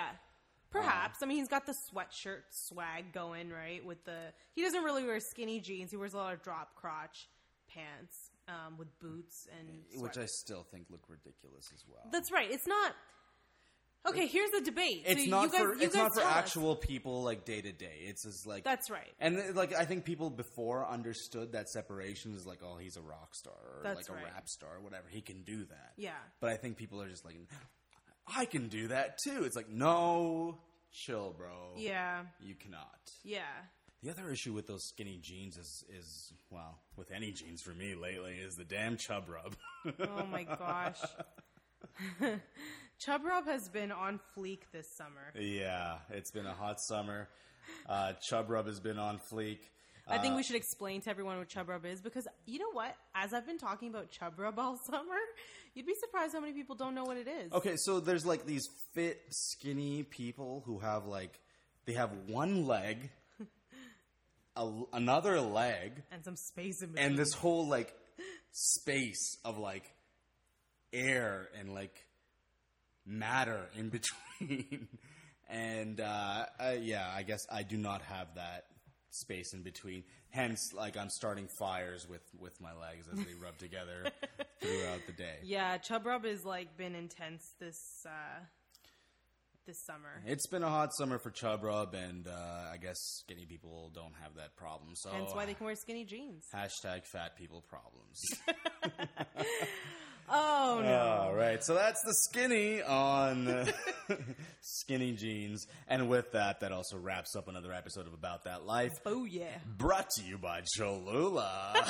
Speaker 2: Uh-huh.
Speaker 3: Perhaps. I mean, he's got the sweatshirt swag going, right? With the. He doesn't really wear skinny jeans. He wears a lot of drop crotch pants um, with boots and.
Speaker 2: Eh, Which
Speaker 3: sweat-
Speaker 2: I still think look ridiculous as well.
Speaker 3: That's right. It's not. Okay, here's the debate. So
Speaker 2: it's not
Speaker 3: you guys,
Speaker 2: for
Speaker 3: you
Speaker 2: it's
Speaker 3: guys
Speaker 2: not for
Speaker 3: tell us.
Speaker 2: actual people like day to day. It's just like
Speaker 3: That's right.
Speaker 2: And uh, like I think people before understood that separation is like, oh, he's a rock star or like
Speaker 3: That's
Speaker 2: a
Speaker 3: right.
Speaker 2: rap star or whatever. He can do that.
Speaker 3: Yeah.
Speaker 2: But I think people are just like, I can do that too. It's like, no, chill, bro.
Speaker 3: Yeah.
Speaker 2: You cannot.
Speaker 3: Yeah.
Speaker 2: The other issue with those skinny jeans is is well, with any jeans for me lately is the damn chub rub. [LAUGHS]
Speaker 3: Oh my gosh. [LAUGHS] Chub Rob has been on fleek this summer.
Speaker 2: yeah, it's been a hot summer. Uh, chub rub has been on fleek.
Speaker 3: I
Speaker 2: Uh,
Speaker 3: think we should explain to everyone what chub rub is because you know what? As I've been talking about chub rub all [LAUGHS] summer, you'd be surprised how many people don't know what it is.
Speaker 2: Okay, so there's like these fit, skinny people who have like they have one leg, a, another leg,
Speaker 3: And some space in between.
Speaker 2: and this whole like space of like air and like matter in [LAUGHS] between. and uh, uh, yeah, I guess I do not have that space in between. Hence, like I'm starting fires with with my legs as they rub together throughout the day.
Speaker 3: yeah, chub rub has like been intense this uh this summer.
Speaker 2: It's been a hot summer for Chub Rub, and uh, I guess skinny people don't have that problem. So
Speaker 3: Hence why they can wear skinny jeans.
Speaker 2: hashtag fat people problems.
Speaker 3: [LAUGHS] Oh no.
Speaker 2: All right, so that's the skinny on [LAUGHS] uh, skinny jeans, and with that, that also wraps up another episode of About That Life,
Speaker 3: Oh yeah.
Speaker 2: brought to you by Cholula. [LAUGHS]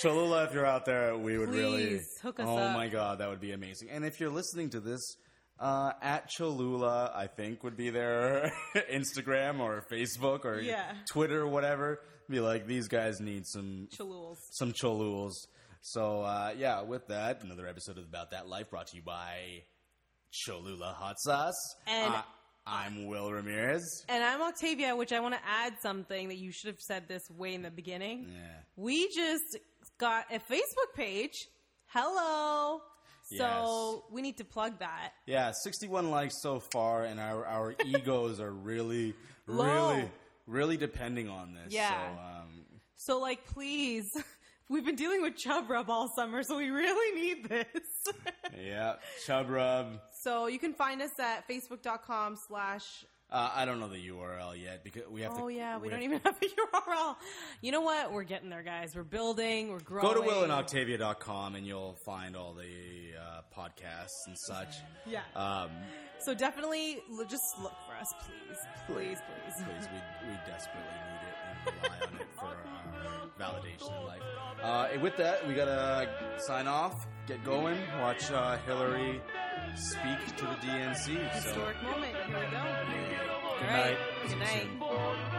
Speaker 2: Cholula, if you're out there, we would really
Speaker 3: Please, hook us
Speaker 2: Oh
Speaker 3: up.
Speaker 2: my god, that would be amazing. And if you're listening to this, uh, at Cholula, I think would be their [LAUGHS] Instagram or Facebook or
Speaker 3: Yeah.
Speaker 2: Twitter, whatever. Be like, these guys need some
Speaker 3: Chalools.
Speaker 2: some Cholules. So uh, yeah, with that, another episode of About That Life brought to you by Cholula Hot Sauce.
Speaker 3: And-
Speaker 2: Uh, I'm Will Ramirez.
Speaker 3: And I'm Octavia, which I want to add something that you should have said this way in the beginning.
Speaker 2: Yeah.
Speaker 3: We just got a Facebook page. Hello. So we need to plug that.
Speaker 2: Yeah, 61 likes so far, and our,
Speaker 3: [LAUGHS]
Speaker 2: our egos are really,
Speaker 3: Low.
Speaker 2: really, really depending on this.
Speaker 3: Yeah.
Speaker 2: So, um,
Speaker 3: So, like, please, [LAUGHS] we've been dealing with chub rub all summer, so we really need this. [LAUGHS]
Speaker 2: yeah, Chub Rub.
Speaker 3: so you can find us at facebook.com slash.
Speaker 2: Uh, I don't know the URL yet because we have to.
Speaker 3: Oh, yeah, we
Speaker 2: have-
Speaker 3: don't even have [LAUGHS] a URL. You know what? We're getting there, guys. We're building, we're growing.
Speaker 2: Go to willandoctavia.com and you'll find all the uh, podcasts and such.
Speaker 3: Yeah.
Speaker 2: Um,
Speaker 3: so definitely l- just look for us, please. Please, please.
Speaker 2: please, we, we desperately need it and rely on it for our validation in life. Uh, and with that, we gotta sign off, get going, watch uh, Hillary speak to the DNC. So.
Speaker 3: Historic moment. Here we go.
Speaker 2: Good
Speaker 3: All right.
Speaker 2: night.
Speaker 3: Good night.
Speaker 1: voy